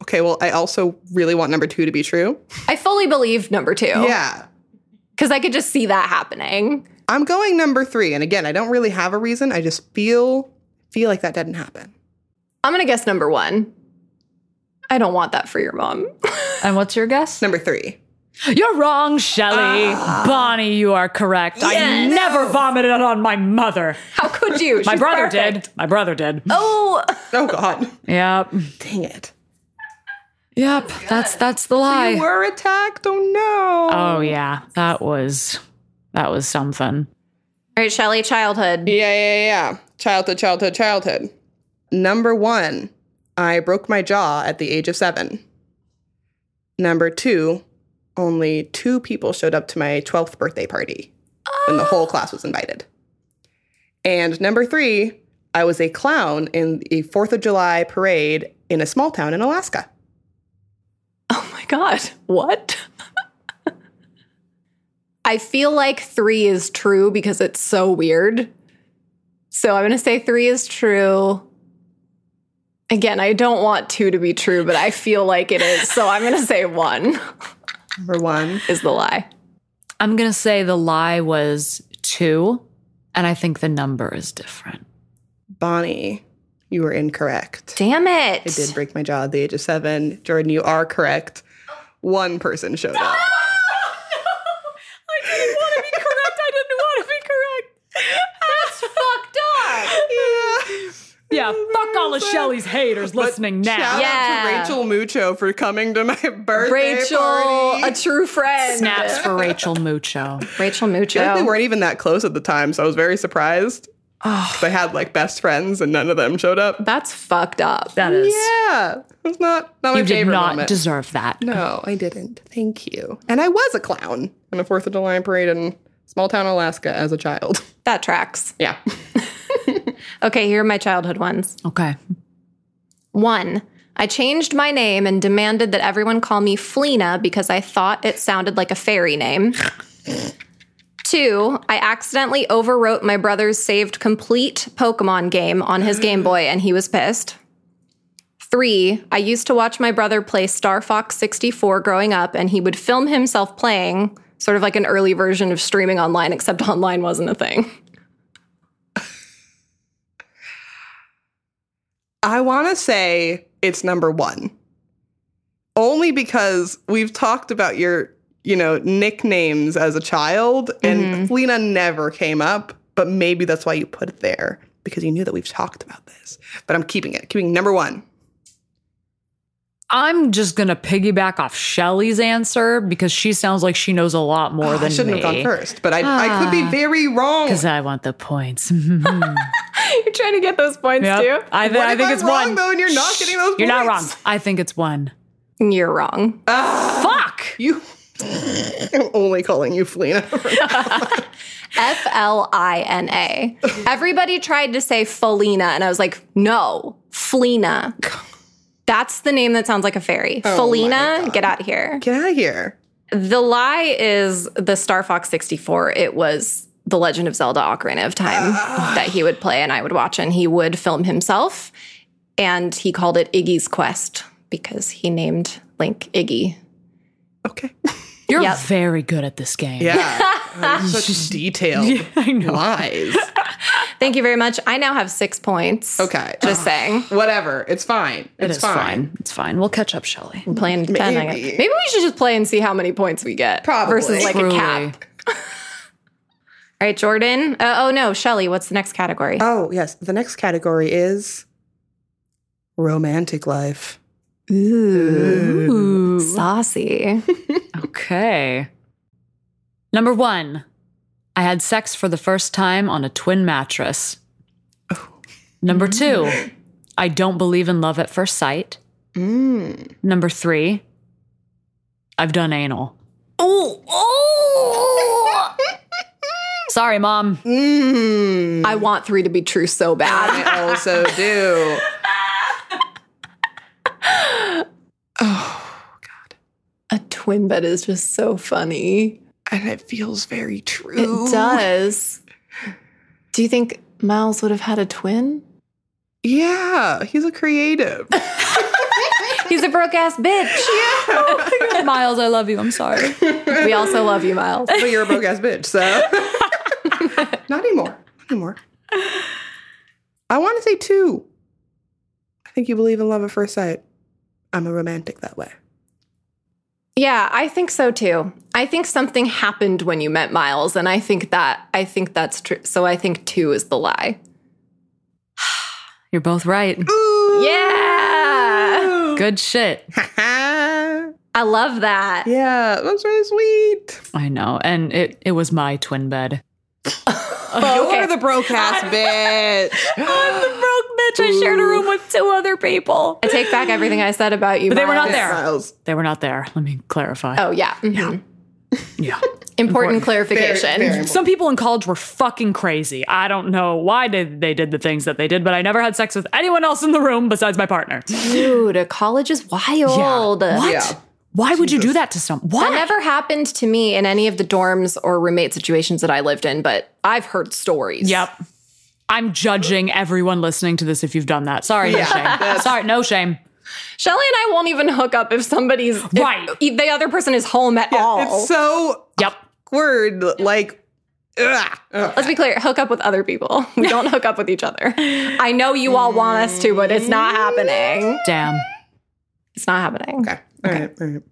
Okay, well, I also really want number two to be true. I fully believe number two. Yeah. Because I could just see that happening. I'm going number three. And again, I don't really have a reason. I just feel feel like that didn't happen. I'm going to guess number one. I don't want that for your mom. And what's your guess? Number three. You're wrong, Shelley. Bonnie, you are correct. I Yes. never vomited on my mother. *laughs* How could you? My She's brother perfect. did. My brother did. Oh, Oh god. Yep. Dang it. Yep. That's that's the lie. You were attacked. Oh no. oh yeah. That was that was something. All right, Shelly, childhood. Yeah, yeah, yeah. Childhood, childhood, childhood. Number one, I broke my jaw at the age of seven. Number two, only two people showed up to my 12th birthday party when the whole class was invited. And number three, I was a clown in the 4th of July parade in a small town in Alaska. Oh my God. What? I feel like three is true because it's so weird. So I'm going to say three is true. Again, I don't want two to be true, but I feel like it is. So I'm going to say one *laughs* Number one. is the lie. I'm gonna say the lie was two, and I think the number is different. Bonnie, you were incorrect. Damn it. I did break my jaw at the age of seven. Jordan, you are correct. One person showed up. *laughs* I didn't want to be correct. I didn't want to be correct. That's fucked *laughs* up. Yeah. Yeah, fuck all of Shelly's haters listening now. Shout Yeah. out to Rachel Mucho for coming to my birthday Rachel, party. a true friend. Snaps for Rachel Mucho. Rachel I think we Mucho. weren't even that close at the time, so I was very surprised. Oh. I had like best friends, and none of them showed up. That's fucked up. That is. Yeah, it was not not my You did favorite not moment. deserve that. no, I didn't. Thank you. And I was a clown in a Fourth of July parade in small town Alaska as a child. That tracks. Yeah, Okay, here are my childhood ones. Okay. One, I changed my name and demanded that everyone call me Fleena because I thought it sounded like a fairy name. Two, I accidentally overwrote my brother's saved complete Pokemon game on his Game Boy and he was pissed. Three, I used to watch my brother play Star Fox 64 growing up and he would film himself playing, sort of like an early version of streaming online, except *laughs* online wasn't a thing. I want to say it's number one, only because we've talked about your, you know, nicknames as a child, and Felina never came up. But maybe that's why you put it there because you knew that we've talked about this. But I'm keeping it, keeping number one. I'm just gonna piggyback off Shelly's answer because she sounds like she knows a lot more Oh, I than shouldn't me. have gone first, but I, I could be very wrong. Because I want the points. *laughs* yep. You're trying to get those points I, th- What I if think I'm it's wrong, one. though, and you're not getting those You're not wrong. points? I think it's one. too. You're wrong. Fuck. *laughs* You, I'm only calling you *laughs* Felina. F L I N A. Everybody tried to say Felina, and I was like, no, Felina. That's the name that sounds like a fairy. Felina, get out of here. Get out of here. The lie is the Star Fox 64. It was The Legend of Zelda Ocarina of *sighs* Time that he would play and I would watch, and he would film himself. And he called it Iggy's Quest because he named Link Iggy. Okay. You're Yep. very good at this game. Yeah. Uh, Such detailed *laughs* Yeah, I know. lies. Thank you very much. I now have six points. Okay. Just saying. Whatever. It's fine. It It's is fine. It's fine. We'll catch up, Shelley. I'm playing to 10. I guess. Maybe. Maybe we should just play and see how many points we get. Probably. Versus like Truly. a cap. All right, Jordan. Uh, oh, no. Shelly, what's the next category? Oh, yes. The next category is romantic life. Ooh. Saucy. Okay. Number one, I had sex for the first time on a twin mattress. Oh. Number two, I don't believe in love at first sight. Mm. Number three, I've done anal. Oh, oh. Sorry, mom. Mm. *laughs* I want three to be true so bad. I also do. oh, God. a twin bed is just so funny. And it feels very true. It does. Do you think Miles would have had a twin? Yeah. He's a creative. He's a broke ass *laughs* bitch. *laughs* Miles, I love you. I'm sorry. We also love you, Miles. but you're a broke ass bitch, so not anymore. Not anymore. I want to say two. I think you believe in love at first sight. I'm a romantic that way. Yeah, I think so too. I think something happened when you met Miles, and I think that I think that's true. So I think two is the lie. You're both right. Yeah, Good shit. I love *laughs* that. yeah, that's really sweet. I know. And it, it was my twin bed. okay. You're the broke ass bitch. I'm the broke bitch. I shared a room with two other people. I take back everything I said about you. But they were not there. Miles. They were not there. Let me clarify. Oh yeah, mhm. *laughs* Yeah. Very, Important, clarification. very Some people in college were fucking crazy. I don't know why did they did the things that they did, but I never had sex with anyone else in the room besides *laughs* my partner. Dude, a college is wild. What? Yeah. Why would you do that to someone? Why? That never happened to me in any of the dorms or roommate situations that I lived in, but I've heard stories. yep. I'm judging everyone listening to this if you've done that. Sorry, Yeah, no shame. that's- Sorry, no shame. Shelly and I won't even hook up if somebody's if- Right. if the other person is home at all. It's so Yep. awkward. Like, ugh. Ugh. Let's be clear, hook up with other people. *laughs* We don't hook up with each other. I know you all want us to, but it's not happening. Damn. It's not happening. Okay. All right. All right.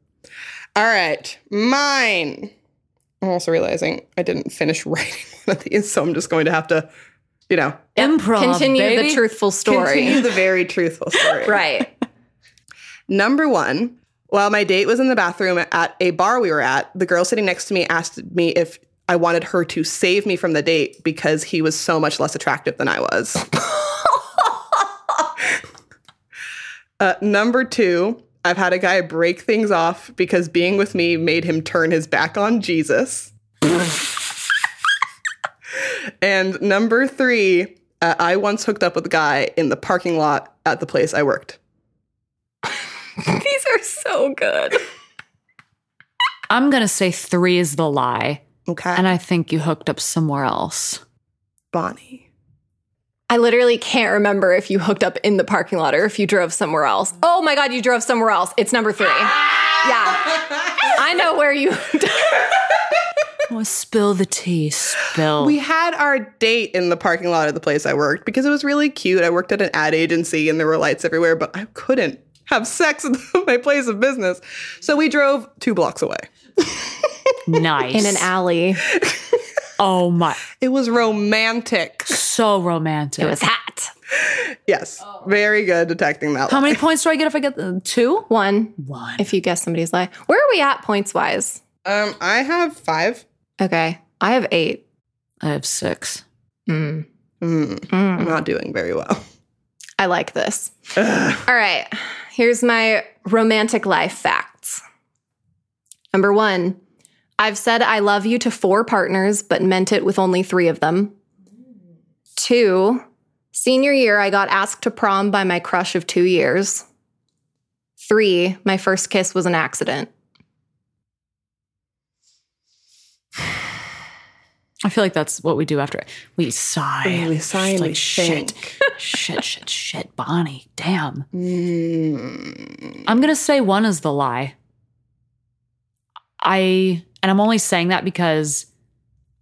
All right. Mine. I'm also realizing I didn't finish *laughs* writing one of these, so I'm just going to have to, you know, Improv. Continue baby. the truthful story. continue the very truthful *laughs* story. *laughs* Right. Number one. While my date was in the bathroom at a bar we were at, the girl sitting next to me asked me if I wanted her to save me from the date because he was so much less attractive than I was. Uh, number two, I've had a guy break things off because being with me made him turn his back on Jesus. and number three, uh, I once hooked up with a guy in the parking lot at the place I worked. *laughs* These are so good. I'm gonna say three is the lie, Okay. and I think you hooked up somewhere else. Bonnie. I literally can't remember if you hooked up in the parking lot or if you drove somewhere else. Oh my God, you drove somewhere else. It's number three. Ah! Yeah. I know where *laughs* you. Oh, spill the tea. Spill. We had our date in the parking lot of the place I worked because it was really cute. I worked at an ad agency and there were lights everywhere, but I couldn't have sex *laughs* at my place of business. So we drove two blocks away. nice. In an alley. Oh my. It was romantic. So romantic. It was hot. Yes. Very good detecting that. How line. many points do I get if I get the two? One, One. if you guess somebody's lie. Where are we at points wise? Um, I have five. Okay. I have eight. I have six. Mm. Mm, Mm. I'm not doing very well. I like this. Ugh. All right. Here's my romantic life facts. Number one, I've said I love you to four partners, but meant it with only three of them. Two, senior year, I got asked to prom by my crush of two years. Three, my first kiss was an accident. I feel like that's what we do after it. We sigh. Oh, we sigh Just and we shit. shit, shit, shit, Bonnie. Damn. Hmm. I'm gonna say one is the lie. I and I'm only saying that because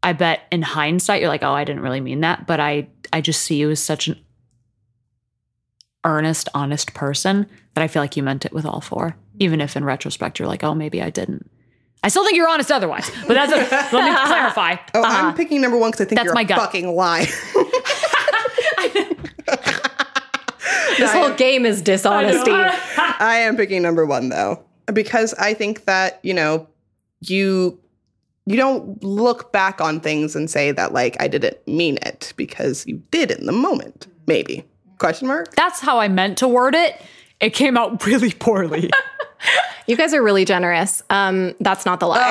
I bet in hindsight you're like, oh, I didn't really mean that, but I I just see you as such an earnest, honest person that I feel like you meant it with all four. Even if in retrospect you're like, oh, maybe I didn't. I still think you're honest otherwise, but that's a, let *laughs* me clarify. Uh-huh. Oh, *laughs* I'm picking number one because I think Ah. That's you're my a gut. fucking lie. *laughs* This whole game is dishonesty. I am picking number one though because I think that you know you you don't look back on things and say that like I didn't mean it because you did in the moment. Maybe question *gasps* mark. That's how I meant to word it. It came out *laughs* really poorly. You guys are really generous. Um, that's not the lie. *gasps*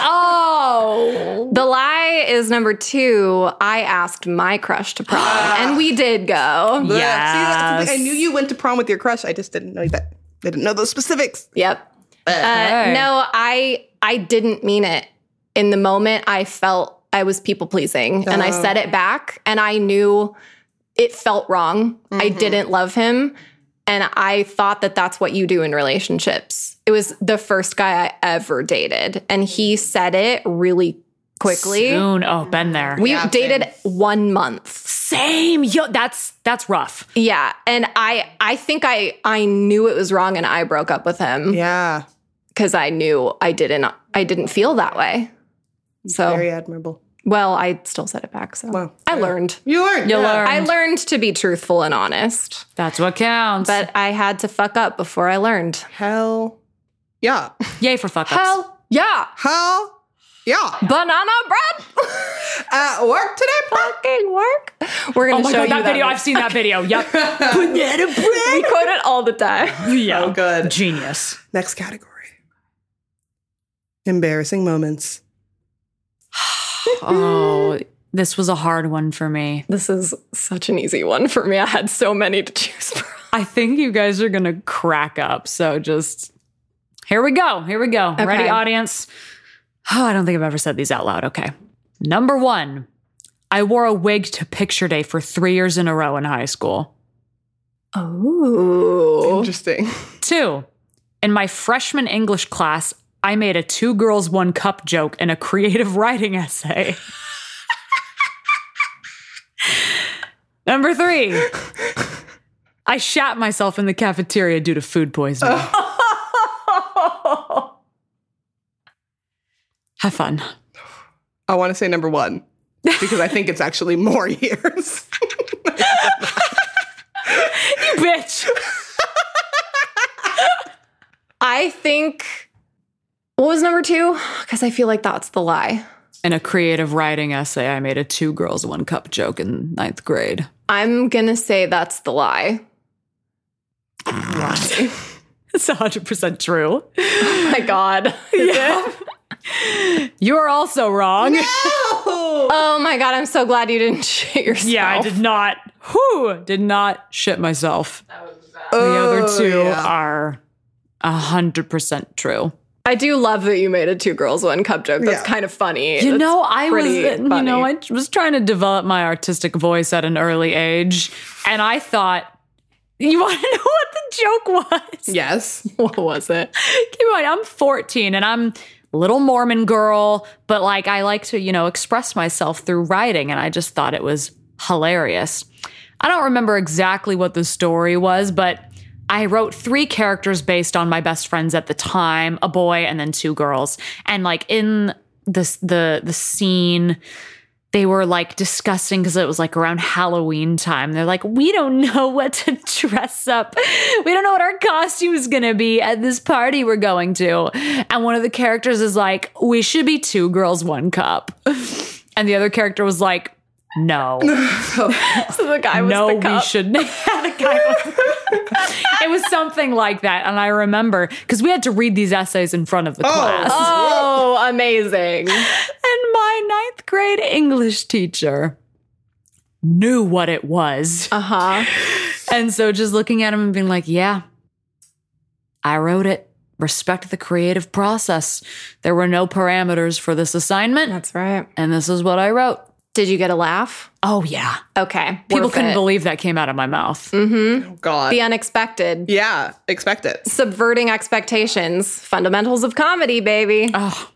oh. the lie is number two. I asked my crush to prom, and we did go. Ugh, see, that's something- Yes. I knew you went to prom with your crush. I just didn't know that. I didn't know those specifics. Yep. Uh, no, I I didn't mean it. In the moment, I felt I was people pleasing, and I said it back, and I knew it felt wrong. I didn't love him, and I thought that that's what you do in relationships. It was the first guy I ever dated, and he said it really quickly. Soon. Oh, been there. We Yeah, dated one month. Same. Yo, that's that's rough. Yeah, and I I think I I knew it was wrong, and I broke up with Mm. him. Yeah, because I knew I didn't I didn't feel that way. So very admirable. well, I still said it back. So Wow. I learned. You learned. You learned. I learned to be truthful and honest, That's what counts. but I had to fuck up before I learned. Hell, yeah. Yay for fuck ups. Hell yeah, *laughs* Hell, yeah. banana bread *laughs* At work today, bro. fucking work. We're gonna oh my show god, you that video. That I've seen that video. Yep. *laughs* *laughs* we quote it all the time. *laughs* yeah. So Oh, good. Genius. Next category. Embarrassing moments. Oh, this was a hard one for me. This is such an easy one for me. I had so many to choose from. I think you guys are gonna crack up. So just here we go. Here we go. Okay. Ready, audience? Oh, I don't think I've ever said these out loud. Okay. Number one, I wore a wig to picture day for three years in a row in high school. Oh, Interesting. Two, in my freshman English class, I made a two girls, one cup joke in a creative *laughs* writing essay. Number three, I shat myself in the cafeteria due to food *laughs* poisoning. Have fun. I want to say number one because I think it's actually more *laughs* years. You bitch. I think what was number two? Because I feel like that's the lie. In a creative writing essay, I made a two girls, one cup joke in ninth grade. I'm gonna say that's the *laughs* lie. It's 100% true. Oh my god. Yeah. *laughs* you are also wrong. oh my god, I'm so glad you didn't *laughs* shit yourself. Yeah, I did not. Who did not shit myself? the Oh, other two yeah. are a hundred percent true. I do love that you made a two girls one cup joke. That's Yeah. kind of funny. You That's *laughs* know, I was uh, pretty you funny. know I was trying to develop my artistic voice at an early age, and I thought, you want to *laughs* know what the joke was? Yes. *laughs* what was it? *laughs* Keep in mind, I'm 14 and I'm a little Mormon girl, but like I like to, you know, express myself through writing, and I just thought it was hilarious. I don't remember exactly what the story was, but I wrote three characters based on my best friends at the time, a boy and then two girls. And like in this the the scene they were like discussing because it was like around Halloween time. They're like, we don't know *laughs* what to dress up. We don't know what our costume is going to be at this party we're going to. And one of the characters is like, we should be two girls, one cup. *laughs* And the other character was like, *laughs* no, So the guy was no, the cup. we *laughs* should. the guy was- *laughs* it was something like that. And I remember because we had to read these essays in front of the class. Oh, amazing. And my ninth grade English teacher knew what it was. Uh-huh. And so just looking at him and being like, yeah, I wrote it. respect the creative process. There were no parameters for this assignment, That's right. and this is what I wrote. Did you get a laugh? Oh, yeah. Okay. People worth couldn't it. Mm-hmm. believe that came out of my mouth. Oh, God. the unexpected. yeah, expect it. Subverting expectations. Fundamentals of comedy, baby. Oh,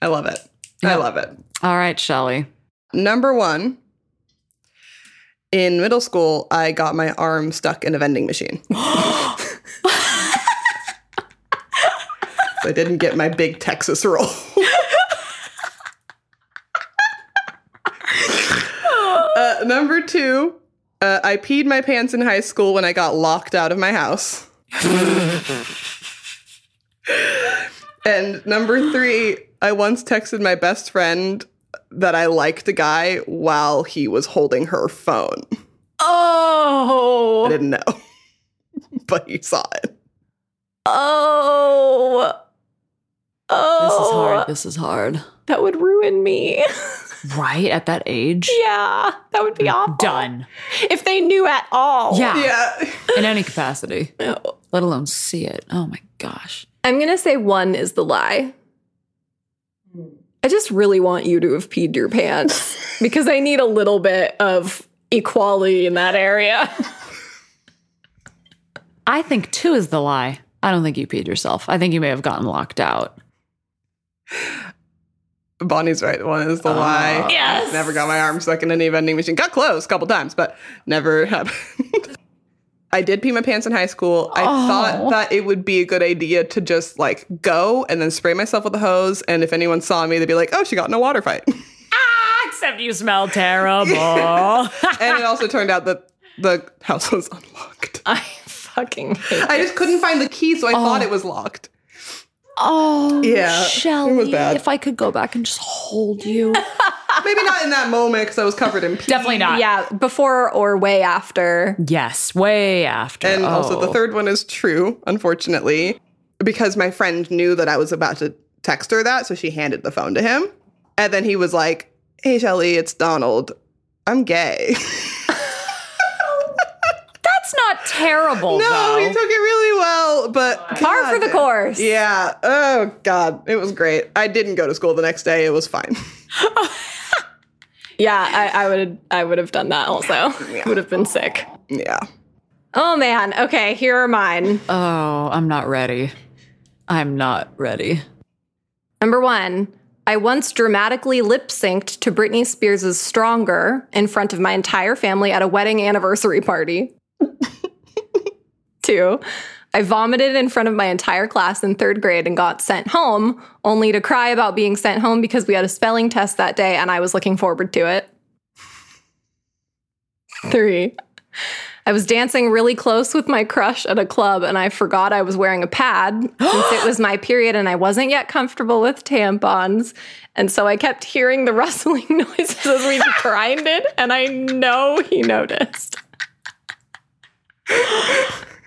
I love it. I love it. all right, Shelly. Number one, in middle school, I got my arm stuck in a vending machine. *laughs* so I didn't get my big Texas roll. uh, number two, uh, I peed my pants in high school when I got locked out of my house. and number three, I once texted my best friend that I liked a guy while he was holding her phone. I Oh. didn't know, *laughs* but you saw it. Oh. Oh. This is hard. This is hard. That would ruin me. *laughs* Right at that age? yeah. That would be awful. Done. If they knew at all. Yeah. Yeah. In any capacity, let alone see it. Oh my gosh. I'm going to say one is the lie. I just really want you to have peed your *laughs* pants because I need a little bit of equality in that area. I think two is the lie. I don't think you peed yourself. I think you may have gotten locked out. Bonnie's right. One is the lie. yes. Never got my arm stuck in any vending machine. Got close a couple times, but never *laughs* happened. I did pee my pants in high school. I thought that it would be a good idea to just like go and then spray myself with a hose. And if anyone saw me, they'd be like, oh, she got in a water fight. Ah, Except you smell terrible. and it also turned out that the house was unlocked. *laughs* I fucking hate I just couldn't find the key, so I thought it was locked. *laughs* oh, Yeah, it yeah, was Shelly. bad. If I could go back and just hold you. Maybe not in that moment because I was covered in pee. Definitely not. Yeah, before or way after. Yes, way after. And also, the Oh. third one is true, unfortunately, because my friend knew that I was about to text her that, so she handed the phone to him. And then he was like, Hey, Shelly, it's Donald. I'm gay. *laughs* That's not terrible, no, though. he took it really well, but Par for the God. course. Yeah. Oh, God. It was great. I didn't go to school the next day. It was fine. *laughs* Yeah, I, I would I would have done that also. Would have been sick. yeah. Oh man. Okay, here are mine. oh, I'm not ready. I'm not ready. Number one, I once dramatically lip synced to Britney Spears' Stronger in front of my entire family at a wedding anniversary party. *laughs* Two, I vomited in front of my entire class in third grade and got sent home, only to cry about being sent home because we had a spelling test that day and I was looking forward to it. Three, I was dancing really close with my crush at a club and I forgot I was wearing a *gasps* pad since it was my period and I wasn't yet comfortable with tampons. And so I kept hearing the *laughs* rustling noises as *laughs* we grinded and I know he noticed.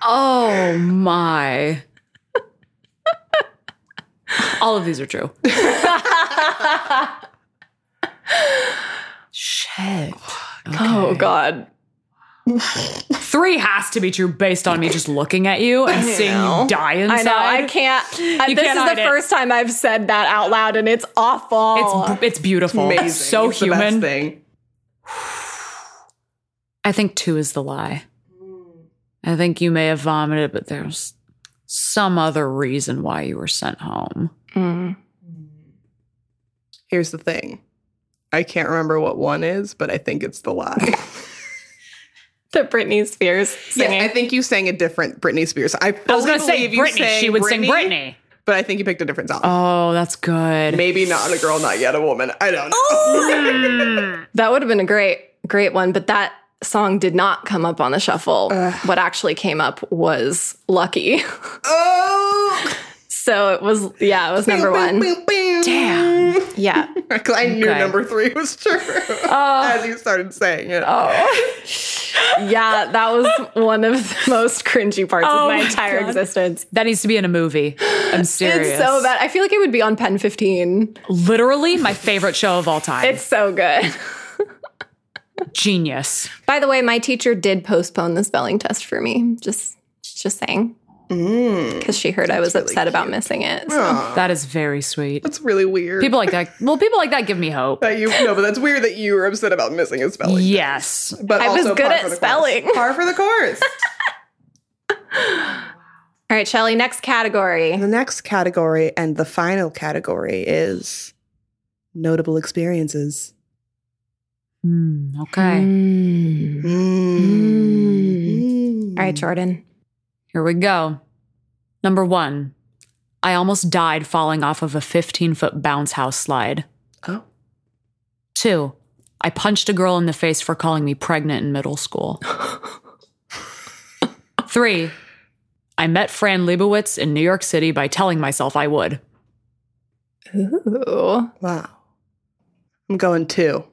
Oh my. All of these are true. Shit. Oh God. Three has to be true based on me just looking at you and seeing you die inside. I know. I can't. I, You this can't is hide the it. first time I've said that out loud and it's awful. It's, it's beautiful. Amazing. It's so It's the best human. thing. I think two is the lie. I think you may have vomited, but there's some other reason why you were sent home. Mm. Here's the thing I can't remember what one is, but I think it's the lie. *laughs* the Britney Spears singing. Yes, I think you sang a different Britney Spears. I, I was going to say Britney. She would sing Britney. but I think you picked a different song. Oh, that's good. Maybe not a girl, not yet a woman. I don't know. Oh! That would have been a great, great one, but that song did not come up on the shuffle. What actually came up was Lucky. *laughs* *laughs* Oh, So it was, yeah, it was number one. *laughs* Damn. Yeah. I knew Okay. Oh. number three was true *laughs* as you started saying it. Yeah, that was one of the *laughs* most cringy parts Oh of my my entire God. existence. That needs to be in a movie. I'm *gasps* serious. It's so bad. I feel like it would be on Pen 15. Literally my favorite show of all time. It's so *laughs* good. genius. By the way, my teacher did postpone the spelling test for me. Just just saying. Mm. because she heard I was really upset about cute. missing it. so- Aw, That is very sweet. that's really weird. People like that. Well, people like that give me hope. that you no, but that's weird that you were upset about missing a spelling. Yes. But I was also good par at for the spelling. Course. *laughs* Par for the *laughs* course. All right, Shelly, next category. the next category and the final category is notable experiences. Hmm, okay. Mm. Mm. All right, Jordan. Here we go. Number one. I almost died falling off of a 15 foot bounce house slide. Oh. Two. I punched a girl in the face for calling me pregnant in middle school. Three. I met Fran Lebowitz in New York City by telling myself I would. Ooh. Wow. I'm going two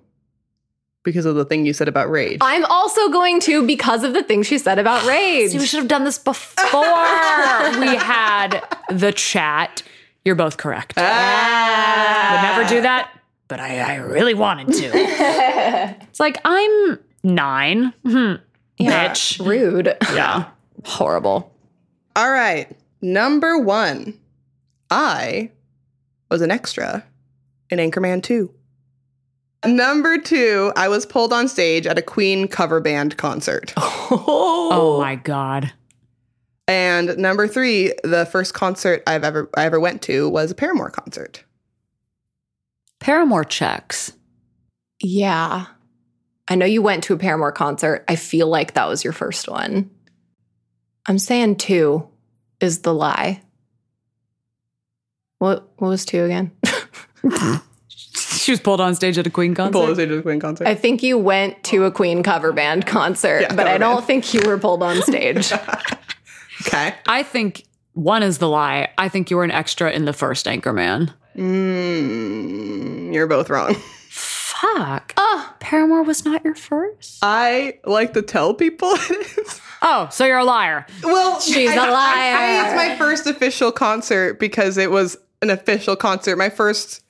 because of the thing you said about rage. I'm also going to because of the thing *gasps* she said about rage. See, we should have done this before we had the chat. You're both correct. Ah. Would never do that, but I, I really wanted to. it's like I'm nine. Hmm. Yeah. Bitch. *laughs* Rude. Yeah. Horrible. All right. Number one. I was an extra in Anchorman 2. Number two, I was pulled on stage at a Queen cover band concert. Oh my god. And number three, the first concert I've ever I ever went to was a Paramore concert. Paramore checks. Yeah. I know you went to a Paramore concert. I feel like that was your first one. I'm saying two is the lie. What what was two again? She was pulled on stage at a Queen Pulled on concert. stage at a Queen concert. I think you went to a Queen cover band concert, Yeah, but I cover don't band. think you were pulled *laughs* on stage. okay. I think one is the lie. I think you were an extra in the first Anchorman. Mm, you're both wrong. Fuck. oh, Paramore was not your first. I like to tell people *laughs* it is. Oh, so you're a liar. Well, She's I- a I- liar. I, think it's my first official concert because it was an official concert. My first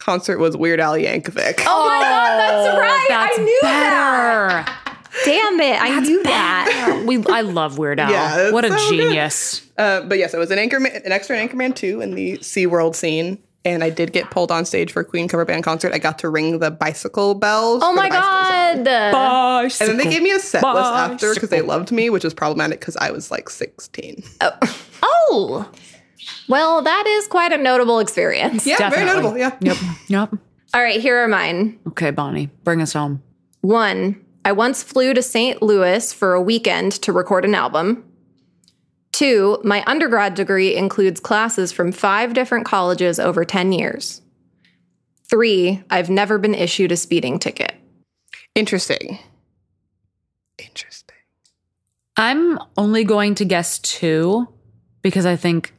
concert was Weird Al Yankovic. oh *laughs* my god, that's right. That's I knew that. better. Damn it. I knew that. we I love Weird Al. Yeah, it's what a so good. genius. Uh, but yes, I was an Anchorman, an extra in Anchorman two in the SeaWorld scene. And I did get pulled on stage for a Queen cover band concert. I got to ring the bicycle bells. Oh for my the bicycle song. god. And then they gave me a set list after because they Bicycle. loved me, which was problematic because I was like 16. Oh. Well, that is quite a notable experience. Yeah, Definitely. very notable. Yeah. Yep. Yep. All right, here are mine. Okay, Bonnie, bring us home. One, I once flew to St. Louis for a weekend to record an album. Two, my undergrad degree includes classes from five different colleges over 10 years. Three, I've never been issued a speeding ticket. Interesting. Interesting. I'm only going to guess two because I think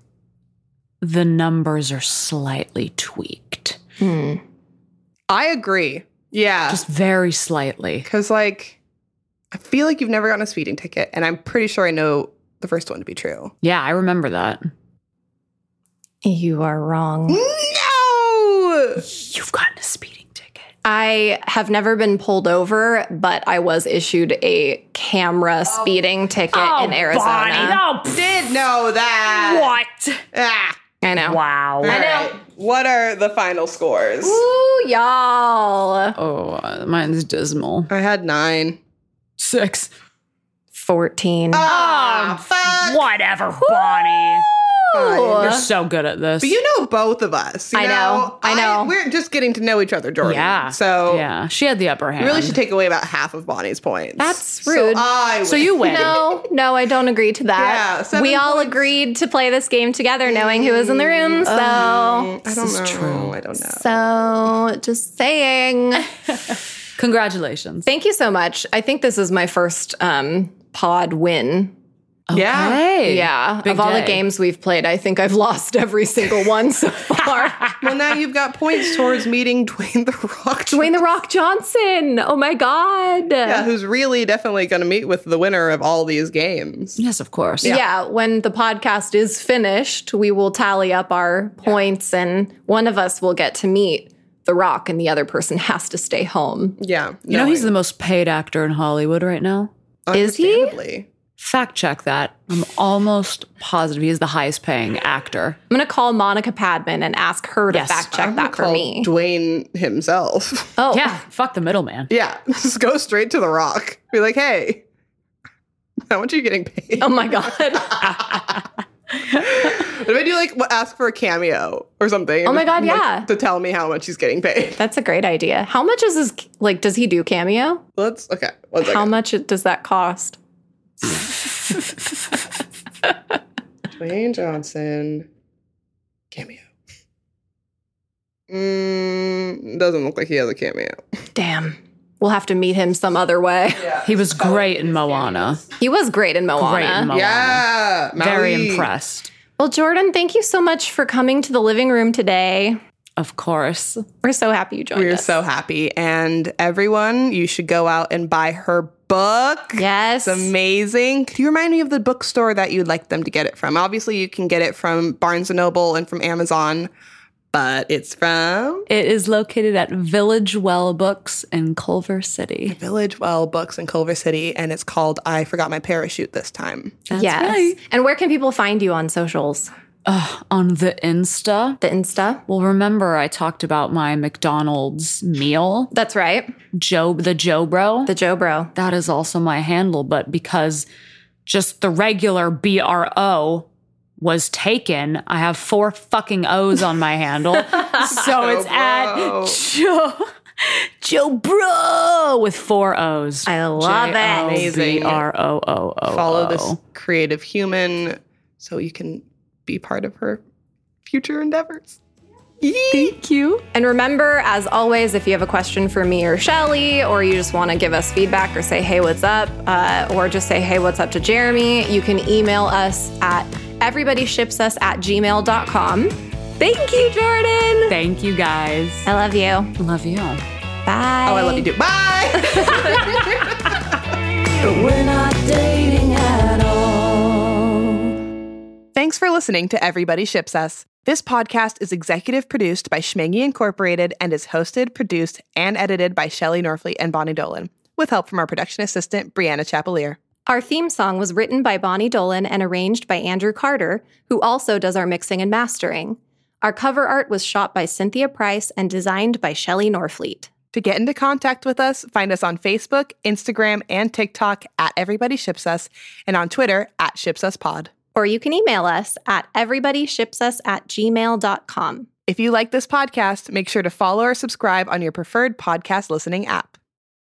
the numbers are slightly tweaked. Hmm. I agree. Yeah. Just very slightly. Because, like, I feel like you've never gotten a speeding ticket, and I'm pretty sure I know the first one to be true. Yeah, I remember that. You are wrong. No! You've gotten a speeding ticket. I have never been pulled over, but I was issued a camera speeding ticket Oh, in Arizona. Bonnie, oh, Did know that. what? Ah. I know. Wow. All right. What are the final scores? Ooh, y'all. Oh, uh, mine's dismal. I had nine. Six. 14. Ah, fuck. *laughs* Whatever, Bonnie. Fine. You're so good at this. But you know both of us. you I know. I know. we're just getting to know each other, Jordan. yeah. So yeah, she had the upper hand. you really should take away about half of Bonnie's points. That's So rude. I So you win. no, no, I don't agree to Yeah, that. seven we all points. agreed to play this game together, knowing who was in the room. So, mm, Um, I don't know. I don't know. so just saying. Congratulations. *laughs* Thank you so much. I think this is my first um, pod win. Yeah. Hey. Yeah, Big of all day. the games we've played, I think I've *laughs* lost every single one so far. *laughs* Well, now you've got points towards meeting *laughs* Dwayne the Rock. Dwayne the Rock Johnson. Oh my god. Yeah, who's really definitely going to meet with the winner of all these games. Yes, of course. yeah. when the podcast is finished, we will tally up our points and one of us will get to meet The Rock and the other person *laughs* has to stay home. Yeah. You know, he's the most paid actor in Hollywood right now. Is he? Understandably. Fact check that. I'm almost positive he is the highest paying actor. I'm going to call Monica Padman and ask her to Yes. fact check I'm gonna that for call me. Dwayne himself. *laughs* oh, Yeah, fuck the middleman. yeah, just go straight to The Rock. Be like, hey, how much are you getting paid? *laughs* Oh my god. *laughs* What if I do like wh- ask for a cameo or something? Oh my God, Like, yeah. To tell me how much he's getting paid. That's a great idea. How much is his like does he do cameo? Let's okay. One second. How much it- does that cost? Dwayne Johnson cameo. Mm, doesn't look like he has a cameo. Damn. We'll have to meet him some other way. *laughs* Yeah. *laughs* He was great in Moana. He was great in Moana. Great in Moana. Yeah. Very Maui. impressed. Well, Jordan, thank you so much for coming to the living room today. Of course. We're so happy you joined We're us. so happy. And everyone, you should go out and buy her book. yes. It's amazing. Could you remind me of the bookstore that you'd like them to get it from? Obviously, you can get it from Barnes and Noble and from Amazon, but it's from It is located at Village Well Books in Culver City. Village Well Books in Culver City, and it's called I Forgot My Parachute This Time. That's yes. right. And where can people find you on socials? On the Insta. The Insta? Well, remember I talked about my McDonald's meal, That's right. Job the Joe Bro. The Joe Bro. that is also my handle, but because just the regular BRO was taken, I have four fucking O's on *laughs* my handle. so it's bro. at Joe, Joe Bro with four O's. I love it. Amazing. J-O-B-R-O-O-O. Follow this creative human so you can be part of her future endeavors. Thank you. And remember, as always, if you have a question for me or Shelly, or you just want to give us feedback or say, hey, what's up, uh, or just say, hey, what's up to Jeremy, you can email us at everybodyshipsus at gmail.com. Thank you, Jordan. Thank you guys. I love you. Love you. Bye. Oh, I love you too. Bye. Thanks for listening to Everybody Ships Us. This podcast is executive produced by Schmangy Incorporated and is hosted, produced, and edited by Shelley Norfleet and Bonnie Dolan, with help from our production assistant, Brianna Chapelier. Our theme song was written by Bonnie Dolan and arranged by Andrew Carter, who also does our mixing and mastering. Our cover art was shot by Cynthia Price and designed by Shelley Norfleet. To get into contact with us, find us on Facebook, Instagram, and TikTok at Everybody Ships Us, and on Twitter at Ships Us Pod. Or you can email us at everybodyshipsus at gmail.com. If you like this podcast, make sure to follow or subscribe on your preferred podcast listening app.